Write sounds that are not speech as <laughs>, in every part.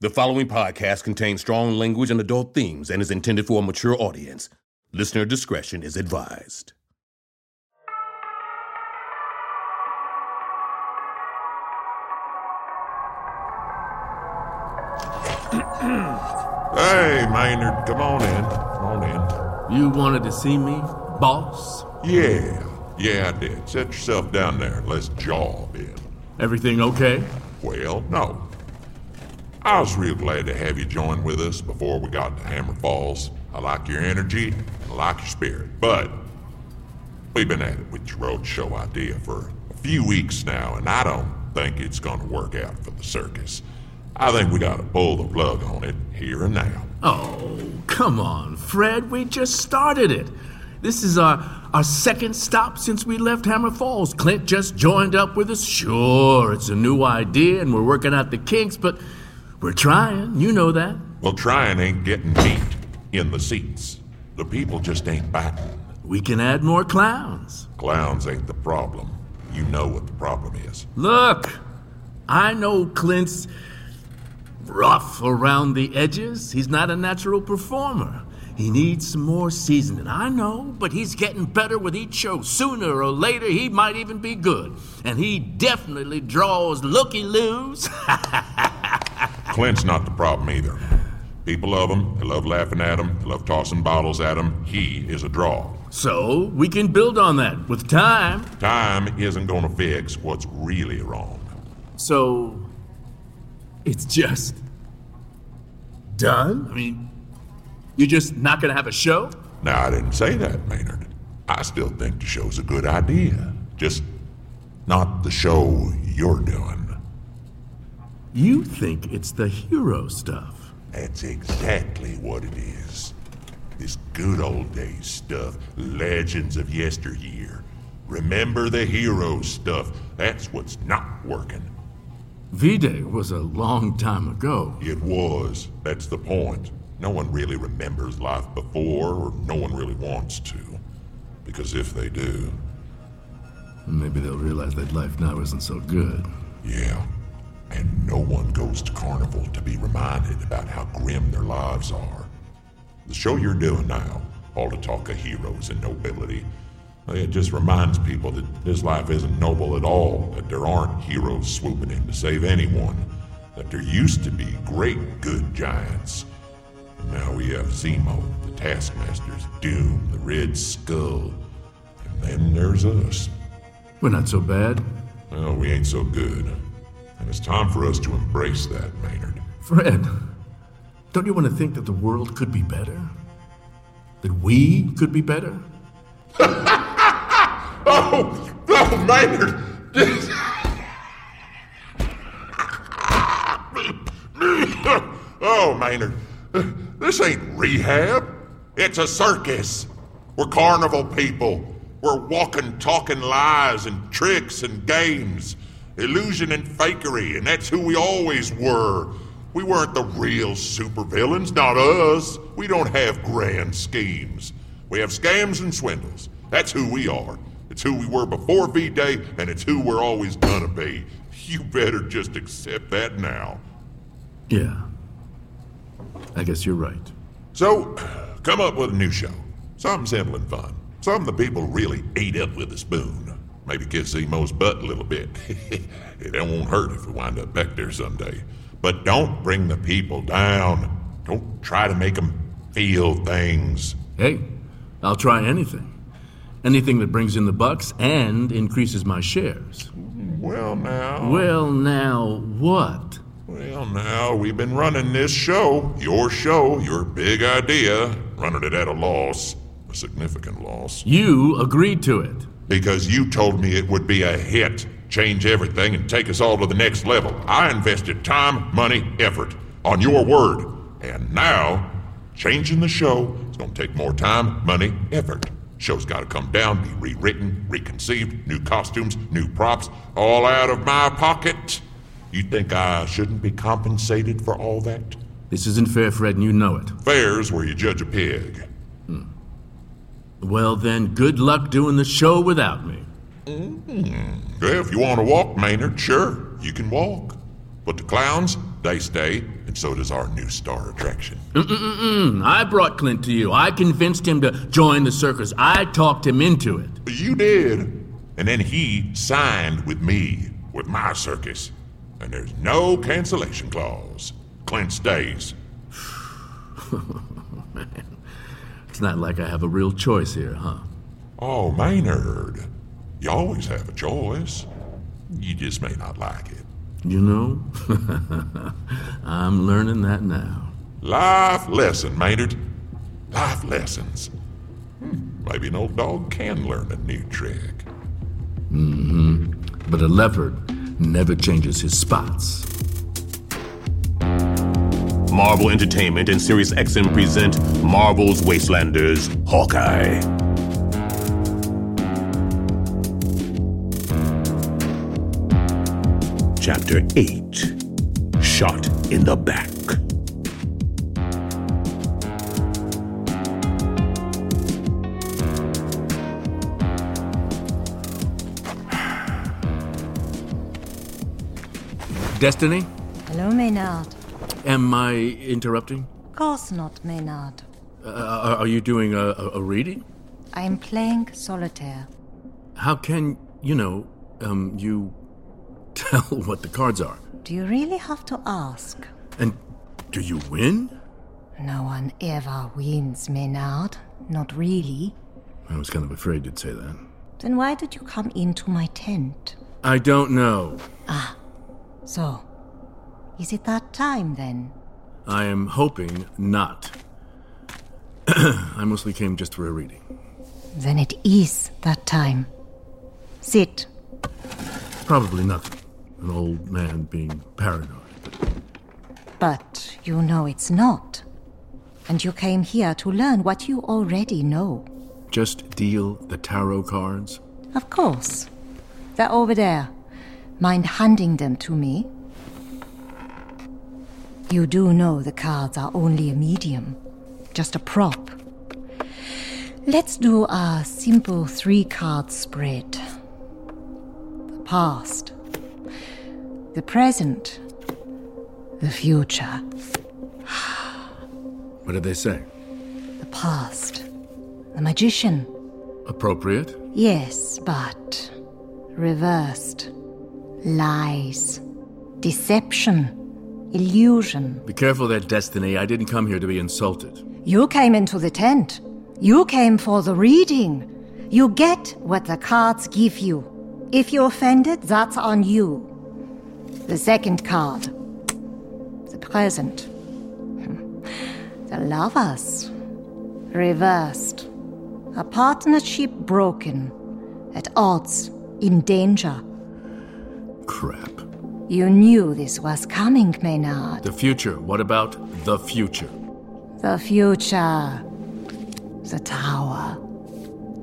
The following podcast contains strong language and adult themes and is intended for a mature audience. Listener discretion is advised. Hey, Maynard, come on in. Come on You wanted to see me, boss? in. Yeah, yeah, I did. Set yourself down there. and Let's jaw a bit. Everything okay? Well, no. I was real glad to have you join with us before we got to Hammer Falls. I like your energy, I like your spirit, but we've been at it with your roadshow idea for a few weeks now, and I don't think it's gonna work out for the circus. I think we gotta pull the plug on it here and now. Oh, come on, Fred. We just started it. This is our, our second stop since we left Hammer Falls. Clint just joined up with us. Sure, it's a new idea and we're working out the kinks, but we're trying. You know that. Well, trying ain't getting meat in the seats. The people just ain't biting. We can add more clowns. Clowns ain't the problem. You know what the problem is. Look, I know Clint's rough around the edges. He's not a natural performer. He needs some more seasoning. I know, but he's getting better with each show. Sooner or later, he might even be good. And he definitely draws looky loos. Clint's not the problem either. People love him. They love laughing at him. They love tossing bottles at him. He is a draw. so we can build on that with time. Time isn't gonna fix what's really wrong. So <laughs> it's just done? I mean, you're just not going to have a show? Now, I didn't say that, Maynard. I still think the show's a good idea. Just not the show you're doing. You think it's the hero stuff. That's exactly what it is. This good old days stuff, legends of yesteryear. Remember the hero stuff. That's what's not working. V Day was a long time ago. It was. That's the point. No one really remembers life before, or no one really wants to. Because if they do, Maybe they'll realize that life now isn't so good. yeah. And no one goes to Carnival to be reminded about how grim their lives are. The show you're doing now, all the talk of heroes and nobility, it just reminds people that this life isn't noble at all, that there aren't heroes swooping in to save anyone, that there used to be great good giants. And now we have Zemo, the Taskmaster's Doom, the Red Skull, and then there's us. We're not so bad. Well, we ain't so good. And it's time for us to embrace that, Maynard. Fred, don't you want to think that the world could be better? That we could be better? <laughs> Oh, oh, Maynard! oh, Maynard, this ain't rehab. It's a circus. We're carnival people. We're walking, talking lies and tricks and games, illusion and fakery, and that's who we always were. We weren't the real supervillains, not us. We don't have grand schemes. We have scams and swindles. That's who we are. It's who we were before V Day, and it's who we're always gonna be. You better just accept that now. Yeah. I guess you're right. So, <sighs> come up with a new show. Something simple and fun. Something the people really eat up with a spoon. Maybe kiss Emo's butt a little bit. <laughs> it won't hurt if we wind up back there someday. But don't bring the people down. Don't try to make them feel things. Hey, I'll try anything. Anything that brings in the bucks and increases my shares. Well, now. Well, now what? Well, now we've been running this show, your show, your big idea, running it at a loss, a significant loss, You agreed to it. because you told me it would be a hit, change everything, and take us all to the next level. I invested time, money, effort on your word, and now changing the show is going to take more time, money, effort. Show's got to come down, be rewritten, reconceived, new costumes, new props, all out of my pocket. You think I shouldn't be compensated for all that? This isn't fair, Fred, and you know it. Fair's where you judge a pig. Hmm. Well, then, good luck doing the show without me. Mm-hmm. Yeah, if you want to walk, Maynard, sure, you can walk. But the clowns, they stay, and and so does our new star attraction. Mm-mm-mm. I brought Clint to you. I convinced him to join the circus. I talked him into it. You did. And then he signed with me, with my circus. And there's no cancellation clause. Clint stays. Man, <laughs> it's not like I have a real choice here, huh? Oh, Maynard, you always have a choice. You just may not like it. You know, <laughs> I'm learning that now. Life lesson, Maynard. Life lessons. Hmm, Maybe an old dog can learn a new trick. hmm But a leopard never changes his spots. Marvel Entertainment and Sirius XM present Marvel's Wastelanders Hawkeye. Chapter 8 Shot in the Back. Destiny, Hello, Maynard. am I interrupting? Of course not, Maynard. Uh, are- are you doing a, a a reading? I am playing solitaire. How can, you know, um, you <laughs> tell what the cards are? Do you really have to ask? And do you win? No one ever wins, Maynard. Not really. I was kind of afraid you'd say that. Then why did you come into my tent? I don't know. So, is it that time then? I am hoping not. <clears throat> I mostly came just for a reading. Then it is that time. Sit. Probably nothing. An old man being paranoid. But you know it's not. And you came here to learn what you already know. Just deal the tarot cards. Of course. They're over there. Mind handing them to me? You do know the cards are only a medium, just a prop. Let's do a simple three card spread the past, the present, the future. What did they say? The past. The magician. Appropriate? Yes, but reversed. Lies, deception, illusion. Be careful there, Destiny. I didn't come here to be insulted. You came into the tent. You came for the reading. You get what the cards give you. If you're offended, that's on you. The second card. The present. <laughs> The lovers. Reversed. A partnership broken. At odds. In danger. Crap. You knew this was coming, Maynard. The future. What about the future? The future. The tower.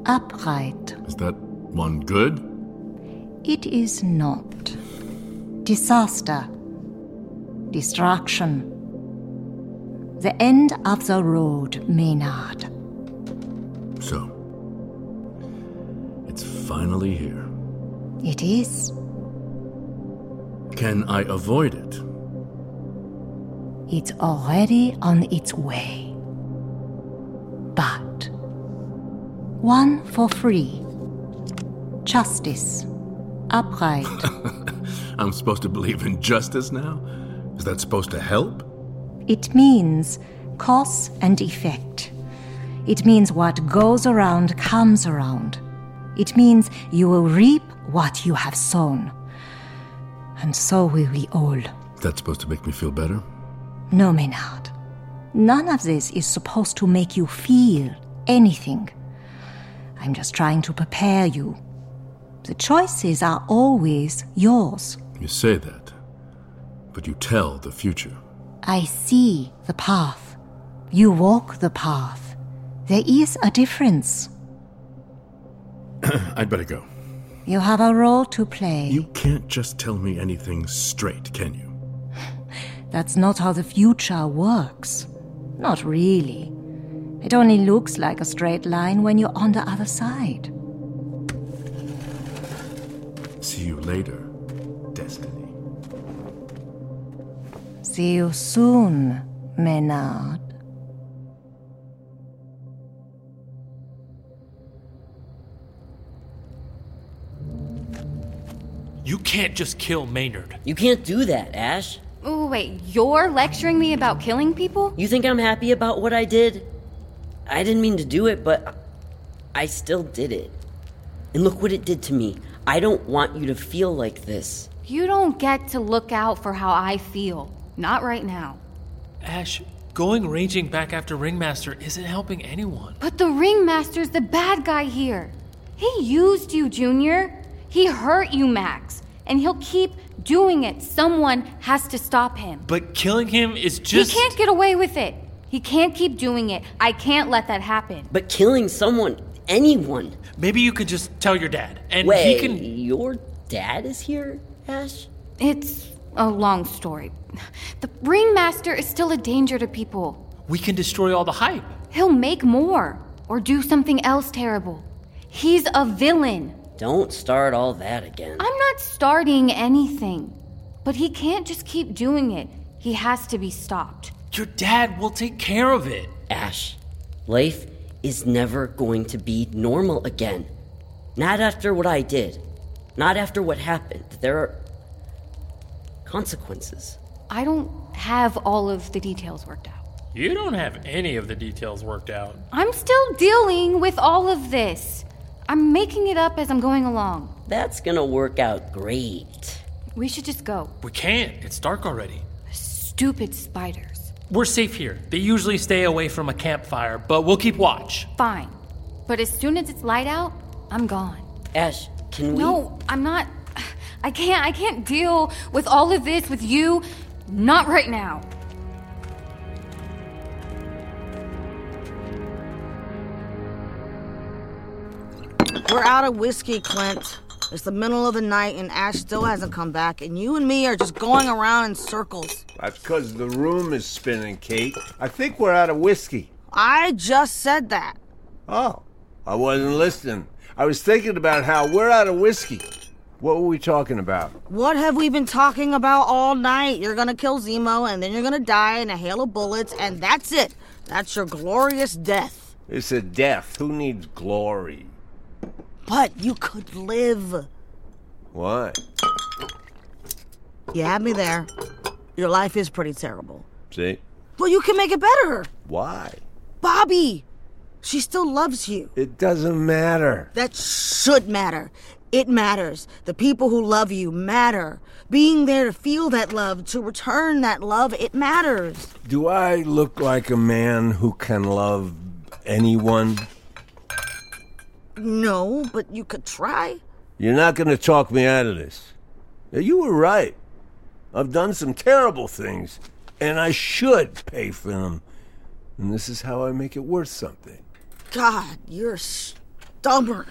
Upright. Is that one good? It is not. Disaster. Destruction. The end of the road, Maynard. So, it's finally here. It is. Can I avoid it? It's already on its way. But one for free. Justice. Upright. I'm supposed to believe in justice now? Is that supposed to help? It means cause and effect. It means what goes around comes around. It means you will reap what you have sown. And so will we all. That's supposed to make me feel better? No, Maynard. None of this is supposed to make you feel anything. I'm just trying to prepare you. The choices are always yours. You say that, but you tell the future. I see the path. You walk the path. There is a difference. <clears throat> I'd better go. You have a role to play. You can't just tell me anything straight, can you? That's not how the future works. Not really. It only looks like a straight line when you're on the other side. See you later, Destiny. See you soon, Menard. You can't just kill Maynard. You can't do that, Ash. Ooh, wait, you're lecturing me about killing people? You think I'm happy about what I did? I didn't mean to do it, but I still did it. And look what it did to me. I don't want you to feel like this. You don't get to look out for how I feel. Not right now. Ash, going raging back after Ringmaster isn't helping anyone. But the Ringmaster's the bad guy here. He used you, Junior. He hurt you, Max. And he'll keep doing it. Someone has to stop him. But killing him is just. He can't get away with it. He can't keep doing it. I can't let that happen. But killing someone, anyone. Maybe you could just tell your dad, and Wait, he can. your dad is here, Ash? It's a long story. The Ringmaster is still a danger to people. We can destroy all the hype. He'll make more or do something else terrible. He's a villain. Don't start all that again. I'm not starting anything, but he can't just keep doing it. He has to be stopped. Your dad will take care of it. Ash, life is never going to be normal again. Not after what I did. Not after what happened. There are consequences. I don't have all of the details worked out. You don't have any of the details worked out. I'm still dealing with all of this. I'm making it up as I'm going along. That's gonna work out great. We should just go. We can't. It's dark already. Stupid spiders. We're safe here. They usually stay away from a campfire, but we'll keep watch. Fine. But as soon as it's light out, I'm gone. Ash, can we? No, I'm not. <sighs> I can't. I can't deal with all of this with you. Not right now. We're out of whiskey, Clint. It's the middle of the night and Ash still hasn't come back, and you and me are just going around in circles. That's because the room is spinning, Kate. I think we're out of whiskey. I just said that. Oh, I wasn't listening. I was thinking about how we're out of whiskey. What were we talking about? What have we been talking about all night? You're gonna kill Zemo, and then you're gonna die in a hail of bullets, and that's it. That's your glorious death. It's a death. Who needs glory? But you could live. What? You had me there. Your life is pretty terrible. See? Well, you can make it better. Why? Bobby, she still loves you. It doesn't matter. That should matter. It matters. The people who love you matter. Being there to feel that love, to return that love, it matters. Do I look like a man who can love anyone? No, but you could try. You're not going to talk me out of this. Now, You were right. I've done some terrible things, and I should pay for them. And this is how I make it worth something. God, you're stubborn.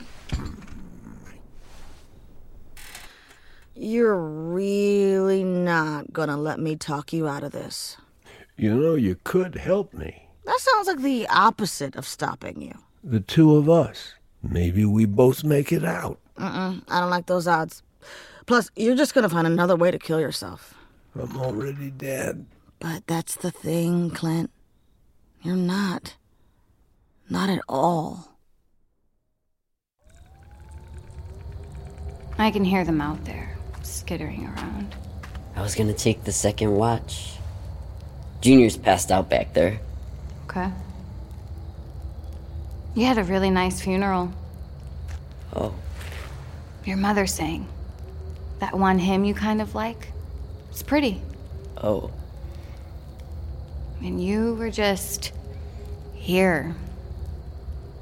You're really not gonna let me talk you out of this. You know, you could help me. That sounds like the opposite of stopping you. The two of us. Maybe we both make it out. I don't like those odds. Plus, you're just gonna find another way to kill yourself. I'm already dead. But that's the thing, Clint. You're not. Not at all. I can hear them out there, skittering around. I was gonna take the second watch. Junior's passed out back there. Okay. You had a really nice funeral. Oh, Your mother sang. That one hymn you kind of like. It's pretty. oh. And you were just here,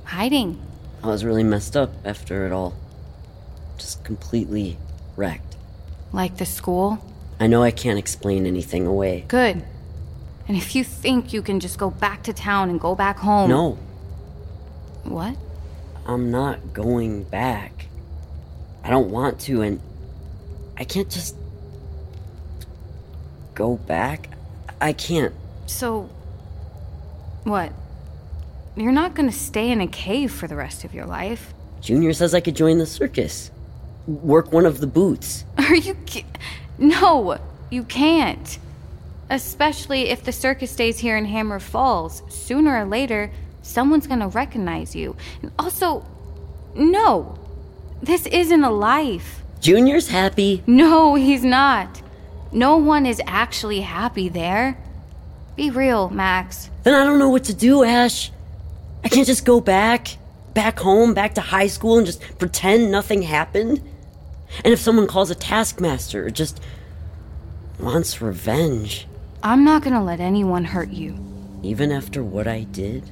hiding. I was really messed up after it all. Just completely wrecked. Like the school? I know I can't explain anything away. Good. And if you think you can just go back to town and go back home. No, What? I'm not going back. I don't want to, and I can't just go back. I can't. So. What? You're not gonna stay in a cave for the rest of your life. <laughs> Junior says I could join the circus, work one of the booths. Are you ki- No, you can't. Especially if the circus stays here in Hammer Falls. Sooner or later, someone's gonna recognize you. And also, no, this isn't a life. <laughs> Junior's happy. No, he's not. No one is actually happy there. Be real, Max. Then I don't know what to do, Ash. I can't just go back, back home, back to high school and just pretend nothing happened. And if someone calls a taskmaster or just wants revenge, I'm not gonna let anyone hurt you. even after what I did,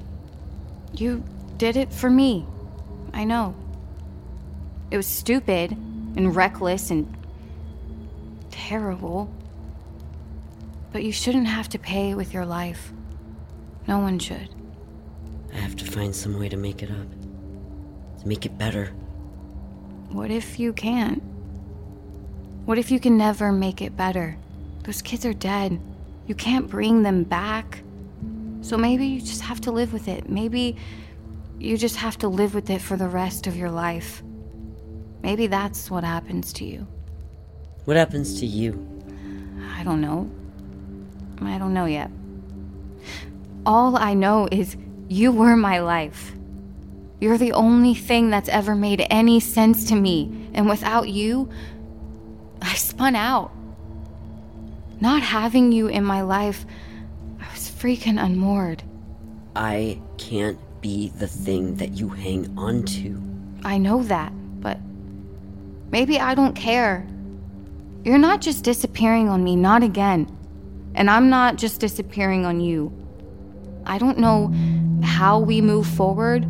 You did it for me. I know. It was stupid and reckless and terrible. But you shouldn't have to pay with your life. No one should. I have to find some way to make it up. To make it better. What if you can't? What if you can never make it better? Those kids are dead. You can't bring them back. So maybe you just have to live with it. Maybe you just have to live with it for the rest of your life. Maybe that's what happens to you. What happens to you? I don't know. I don't know yet. All I know is you were my life. You're the only thing that's ever made any sense to me, and without you, I spun out. Not having you in my life, I was freaking unmoored. I can't be the thing that you hang on to. I know that, but maybe I don't care. You're not just disappearing on me, not again. And I'm not just disappearing on you. I don't know how we move forward,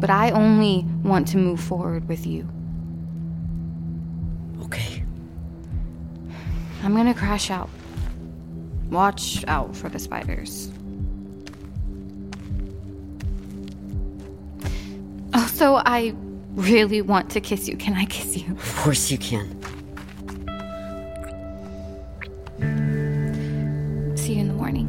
but I only want to move forward with you. Okay. I'm gonna crash out. Watch out for the spiders. Also, I really want to kiss you. Can I kiss you? Of course you can. See you in the morning.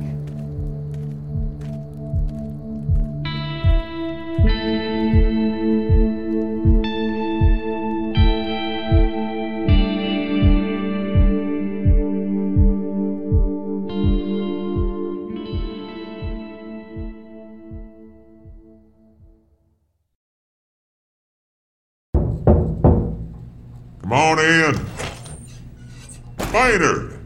Come on in. Maynard!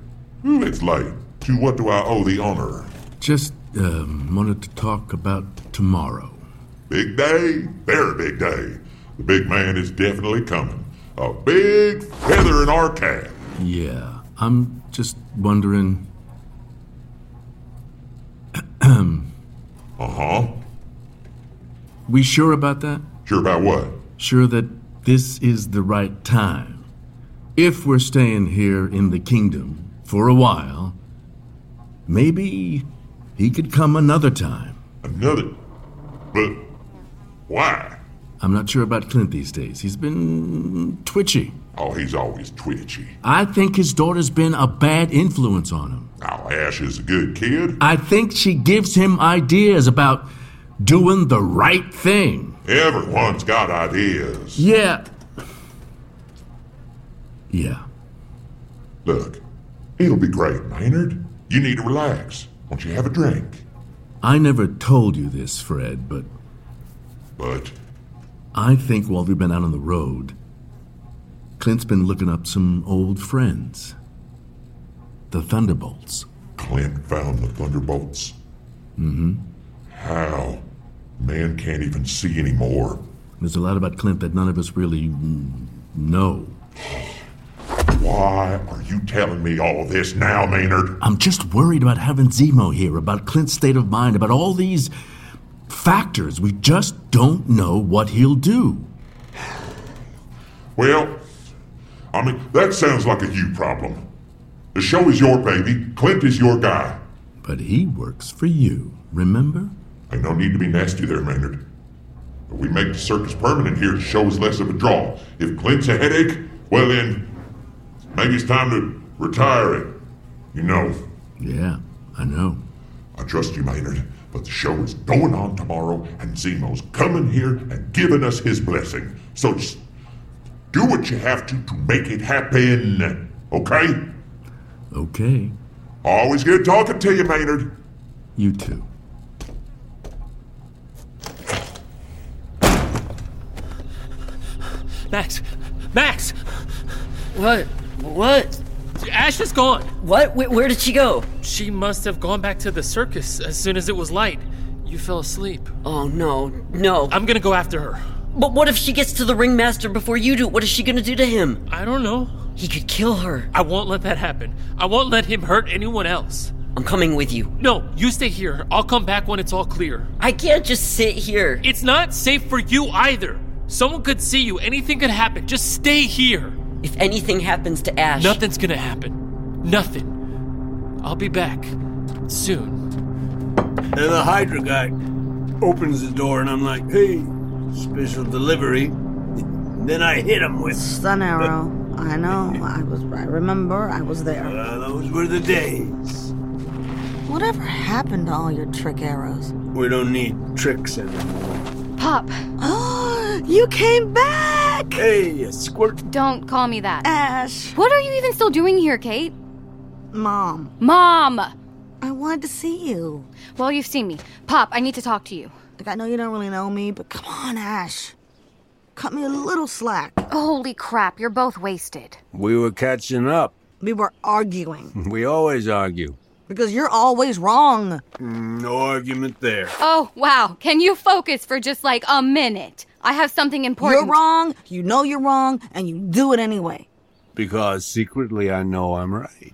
Hmm, It's late. To what do I owe the honor? Just um, wanted to talk about tomorrow. Big day, very big day. The big man is definitely coming. A big feather in our cap. Yeah, I'm just wondering. <clears throat> Uh huh. We sure about that? Sure about what? Sure that this is the right time. If we're staying here in the kingdom for a while, maybe he could come another time. Another. But why? I'm not sure about Clint these days. He's been twitchy. Oh, he's always twitchy. I think his daughter's been a bad influence on him. Now, Ash is a good kid. I think she gives him ideas about doing the right thing. Everyone's got ideas. Yeah. Yeah. Look, it'll be great, Maynard. You need to relax. Won't you have a drink? I never told you this, Fred, but But I think while we've been out on the road, Clint's been looking up some old friends. The Thunderbolts. Clint found the thunderbolts. Mm-hmm. How? Man can't even see anymore. There's a lot about Clint that none of us really mm, know. Why are you telling me all this now, Maynard? I'm just worried about having Zemo here, about Clint's state of mind, about all these factors. We just don't know what he'll do. Well, I mean, that sounds like a you problem. The show is your baby. Clint is your guy. But he works for you, remember? Ain't no need to be nasty there, Maynard. If we make the circus permanent here, the show is less of a draw. If Clint's a headache, well then, maybe it's time to retire it. You know, Yeah, I know. I trust you, Maynard, but the show is going on tomorrow, and Zemo's coming here and giving us his blessing. So just do what you have to to make it happen, okay? Okay. Always good talking to you, Maynard. You too. Max! Max! What? What? Ash is gone! What? Wh- where did she go? She must have gone back to the circus as soon as it was light. You fell asleep. Oh, no. No. I'm gonna go after her. But what if she gets to the ringmaster before you do? What is she gonna do to him? I don't know. He could kill her. I won't let that happen. I won't let him hurt anyone else. I'm coming with you. No, you stay here. I'll come back when it's all clear. I can't just sit here. It's not safe for you either. Someone could see you. Anything could happen. Just stay here. If anything happens to Ash, Nothing's gonna happen. Nothing. I'll be back soon. And the Hydra guy opens the door, and I'm like, hey, special delivery. Then I hit him with. Sun Arrow. I know. I was. I remember. I was there. Uh, those were the days. Whatever happened to all your trick arrows? We don't need tricks <gasps> anymore. Pop, Oh, you came back, Hey, a squirt. don't call me that. Ash. What are you even still doing here, Kate? Mom, Mom! I wanted to see you. Well, you've seen me. Pop, I need to talk to you. Like I know you don't really know me, but come on, Ash. Cut me a little slack. Holy crap, you're both wasted. We were catching up. <laughs> We were arguing We always argue. because you're always wrong. No argument there. Oh, wow. Can you focus for just like a minute? I have something important. You're wrong. <laughs> You know you're wrong, and you do it anyway. Because secretly I know I'm right.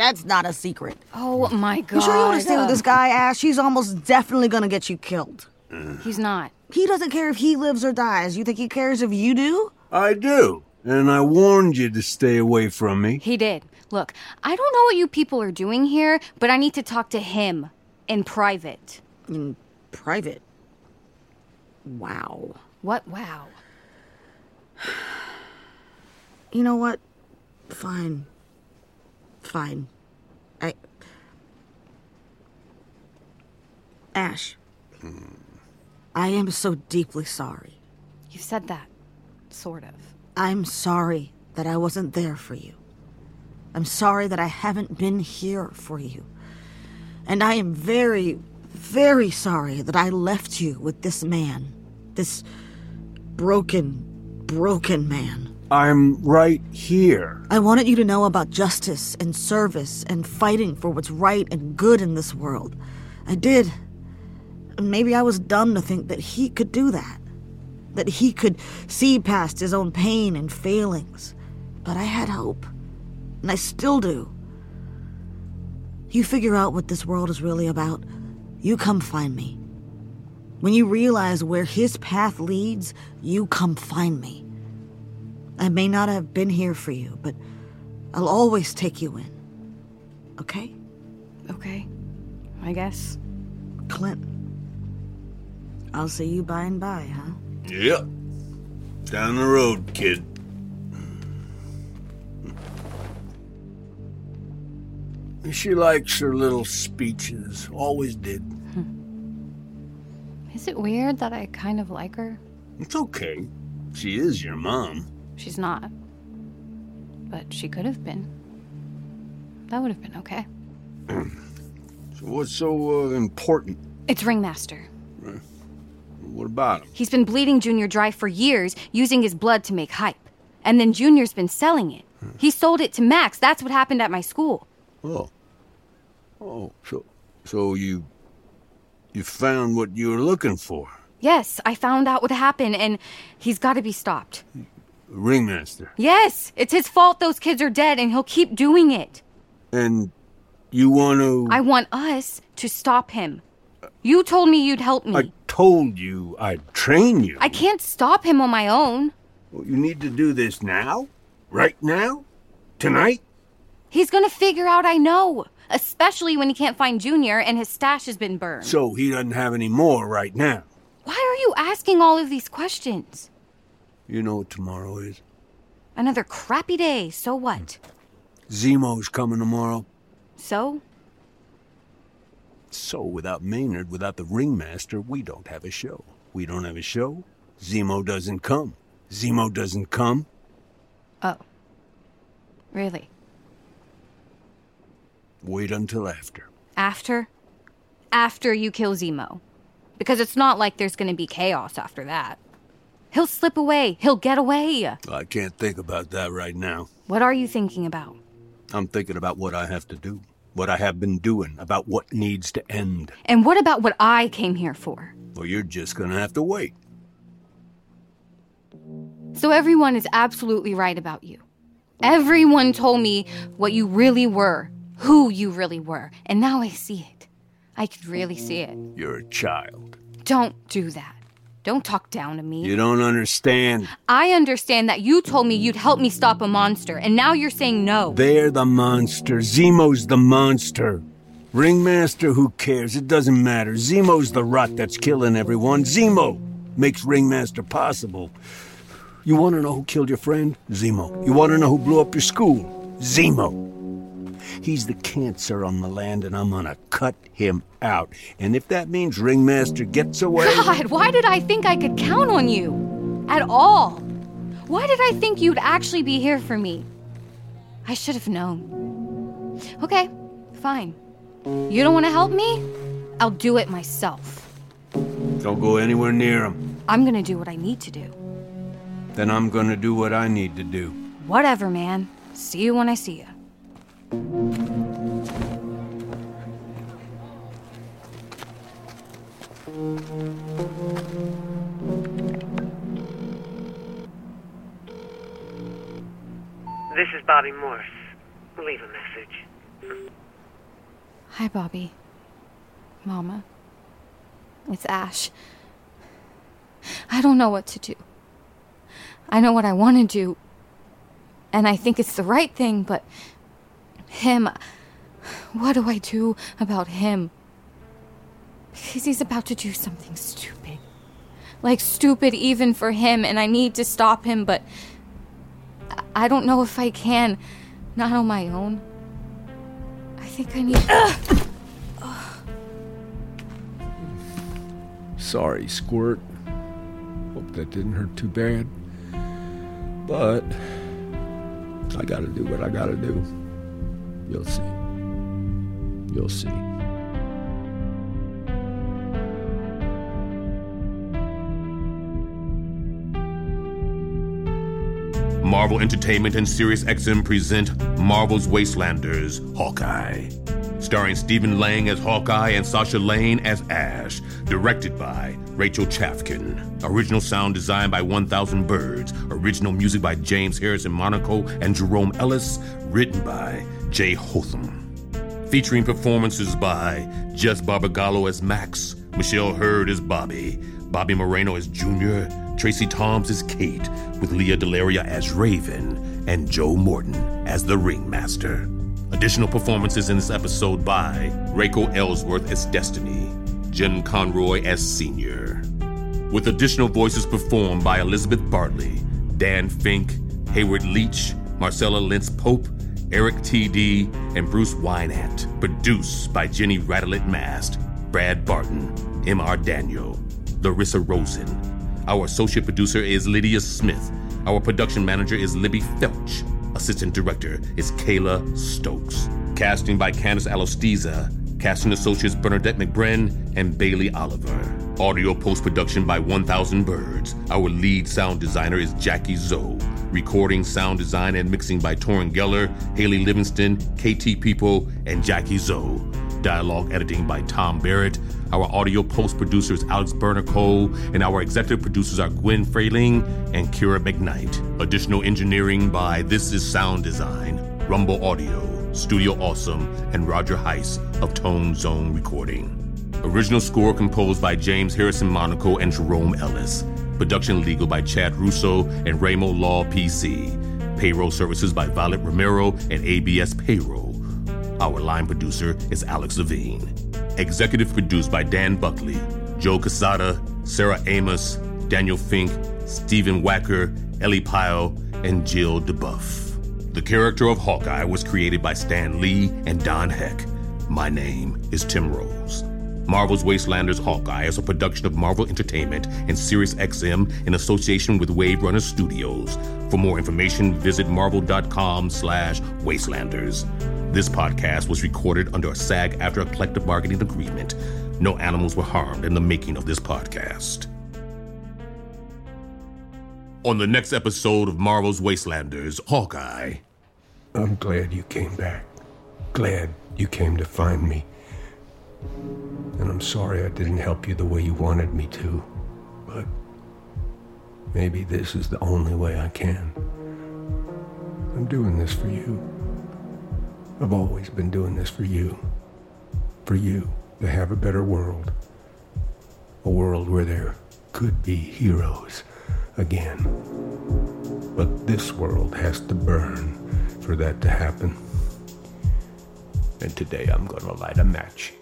That's not a secret. Oh my god. Hmm. You sure you want to stay with this guy, Ash? He's almost definitely gonna get you killed. Mm. He's not. He doesn't care if he lives or dies. You think he cares if you do? I do. And I warned you to stay away from me. He did. Look, I don't know what you people are doing here, but I need to talk to him in private. Private. Wow. What? Wow. You know what? Fine. Fine. I. Ash. I am so deeply sorry. You said that. Sort of. I'm sorry that I wasn't there for you. I'm sorry that I haven't been here for you. And I am very, very sorry that I left you with this man. This broken, broken man. I'm right here. I wanted you to know about justice and service and fighting for what's right and good in this world. I did. And Maybe I was dumb to think that he could do that. That he could see past his own pain and failings. But I had hope. And I still do. You figure out what this world is really about, you come find me. When you realize where his path leads, you come find me. I may not have been here for you, but I'll always take you in. Okay? Okay. I guess. Clint. I'll see you by and by, huh? Yep. Down the road, kid. She likes her little speeches. Always did. Is it weird that I kind of like her? It's okay. She is your mom. She's not. But she could have been. That would have been okay. So what's so uh, important? It's Ringmaster. What about him? He's been bleeding Junior dry for years, using his blood to make hype. And then Junior's been selling it. He sold it to Max. That's what happened at my school. Oh. Oh, so so you you found what you were looking for. Yes, I found out what happened, and he's got to be stopped. Ringmaster. Yes, it's his fault those kids are dead, and he'll keep doing it. And you want to I want us to stop him. You told me you'd help me. I told you I'd train you. I can't stop him on my own. Well, you need to do this now? Right now? Tonight? He's gonna figure out I know, especially when he can't find Junior and his stash has been burned. So he doesn't have any more right now. Why are you asking all of these questions? You know what tomorrow is? Another crappy day, so what? Zemo's coming tomorrow. So? So without Maynard, without the ringmaster, we don't have a show. We don't have a show. Zemo doesn't come. Zemo doesn't come. Oh. Really? Wait until after. After? After you kill Zemo. Because it's not like there's gonna be chaos after that. He'll slip away. He'll get away. I can't think about that right now. What are you thinking about? I'm thinking about what I have to do, what I have been doing, about what needs to end. And what about what I came here for? Well, you're just gonna have to wait. So everyone is absolutely right about you. Everyone told me what you really were, who you really were, and now I see it. I could really see it. You're a child. Don't do that. Don't talk down to me. You don't understand. I understand that you told me you'd help me stop a monster, and now you're saying no. They're the monster. Zemo's the monster. Ringmaster, who cares? It doesn't matter. Zemo's the rot that's killing everyone. Zemo makes Ringmaster possible. You want to know who killed your friend? Zemo. You want to know who blew up your school? Zemo. He's the cancer on the land, and I'm going to cut him out. And if that means Ringmaster gets away. God, why did I think I could count on you? At all? Why did I think you'd actually be here for me? I should have known. Okay, fine. You don't want to help me? I'll do it myself. Don't go anywhere near him. I'm gonna do what I need to do. Then I'm going to do what I need to do. Whatever, man. See you when I see you. This is Bobby Morse. Leave a message. Hi, Bobby. Mama. It's Ash. I don't know what to do. I know what I want to do, and I think it's the right thing, but him, what do I do about him? Because he's about to do something stupid. Like, stupid even for him, and I need to stop him, but I- I don't know if I can. Not on my own. I think I need. Sorry, Squirt. Hope that didn't hurt too bad. But I gotta do what I gotta do. You'll see. You'll see. Marvel Entertainment and Sirius XM present Marvel's Wastelanders Hawkeye. Starring Stephen Lang as Hawkeye and Sasha Lane as Ash. Directed by Rachel Chafkin. Original sound design by 1000 Birds. Original music by James Harrison Monaco and Jerome Ellis. Written by Jay Hotham. Featuring performances by Jess Barbagallo as Max, Michelle Hurd as Bobby, Bobby Moreno as Junior, Tracy Toms as Kate, with Leah Delaria as Raven, and Joe Morton as the Ringmaster. Additional performances in this episode by Rachel Ellsworth as Destiny, Jen Conroy as Senior, with additional voices performed by Elizabeth Bartley, Dan Fink, Hayward Leach, Marcella Lentz Pope, Eric T.D., and Bruce Wynant. Produced by Jenny Rattlet Mast, Brad Barton, M.R. Daniel, Larissa Rosen. Our associate producer is Lydia Smith. Our production manager is Libby Felch. Assistant director is Kayla Stokes. Casting by Candice Alostiza. Casting associates Bernadette McBren and Bailey Oliver. Audio post production by 1000 Birds. Our lead sound designer is Jackie Zoe. Recording, sound design, and mixing by Torin Geller, Haley Livingston, KT People, and Jackie Zoe. Dialogue editing by Tom Barrett. Our audio post producer is Alex Burner Cole, and our executive producers are Gwen Frayling and Kira McKnight. Additional engineering by This Is Sound Design, Rumble Audio, Studio Awesome, and Roger Heiss of Tone Zone Recording. Original score composed by James Harrison Monaco and Jerome Ellis. Production legal by Chad Russo and Ramo Law PC. Payroll services by Violet Romero and ABS Payroll. Our line producer is Alex Levine. Executive produced by Dan Buckley, Joe Casada, Sarah Amos, Daniel Fink, Stephen Wacker, Ellie Pyle, and Jill DeBuff. The character of Hawkeye was created by Stan Lee and Don Heck. My name is Tim Rose. Marvel's Wastelanders Hawkeye is a production of Marvel Entertainment and Sirius XM in association with Wave Runner Studios. For more information, visit marvel.com slash wastelanders. This podcast was recorded under a SAG after a collective bargaining agreement. No animals were harmed in the making of this podcast. On the next episode of Marvel's Wastelanders, Hawkeye. I'm glad you came back. Glad you came to find me. And I'm sorry I didn't help you the way you wanted me to. But maybe this is the only way I can. I'm doing this for you. I've always been doing this for you. For you to have a better world. A world where there could be heroes again. But this world has to burn for that to happen. And today I'm gonna light a match.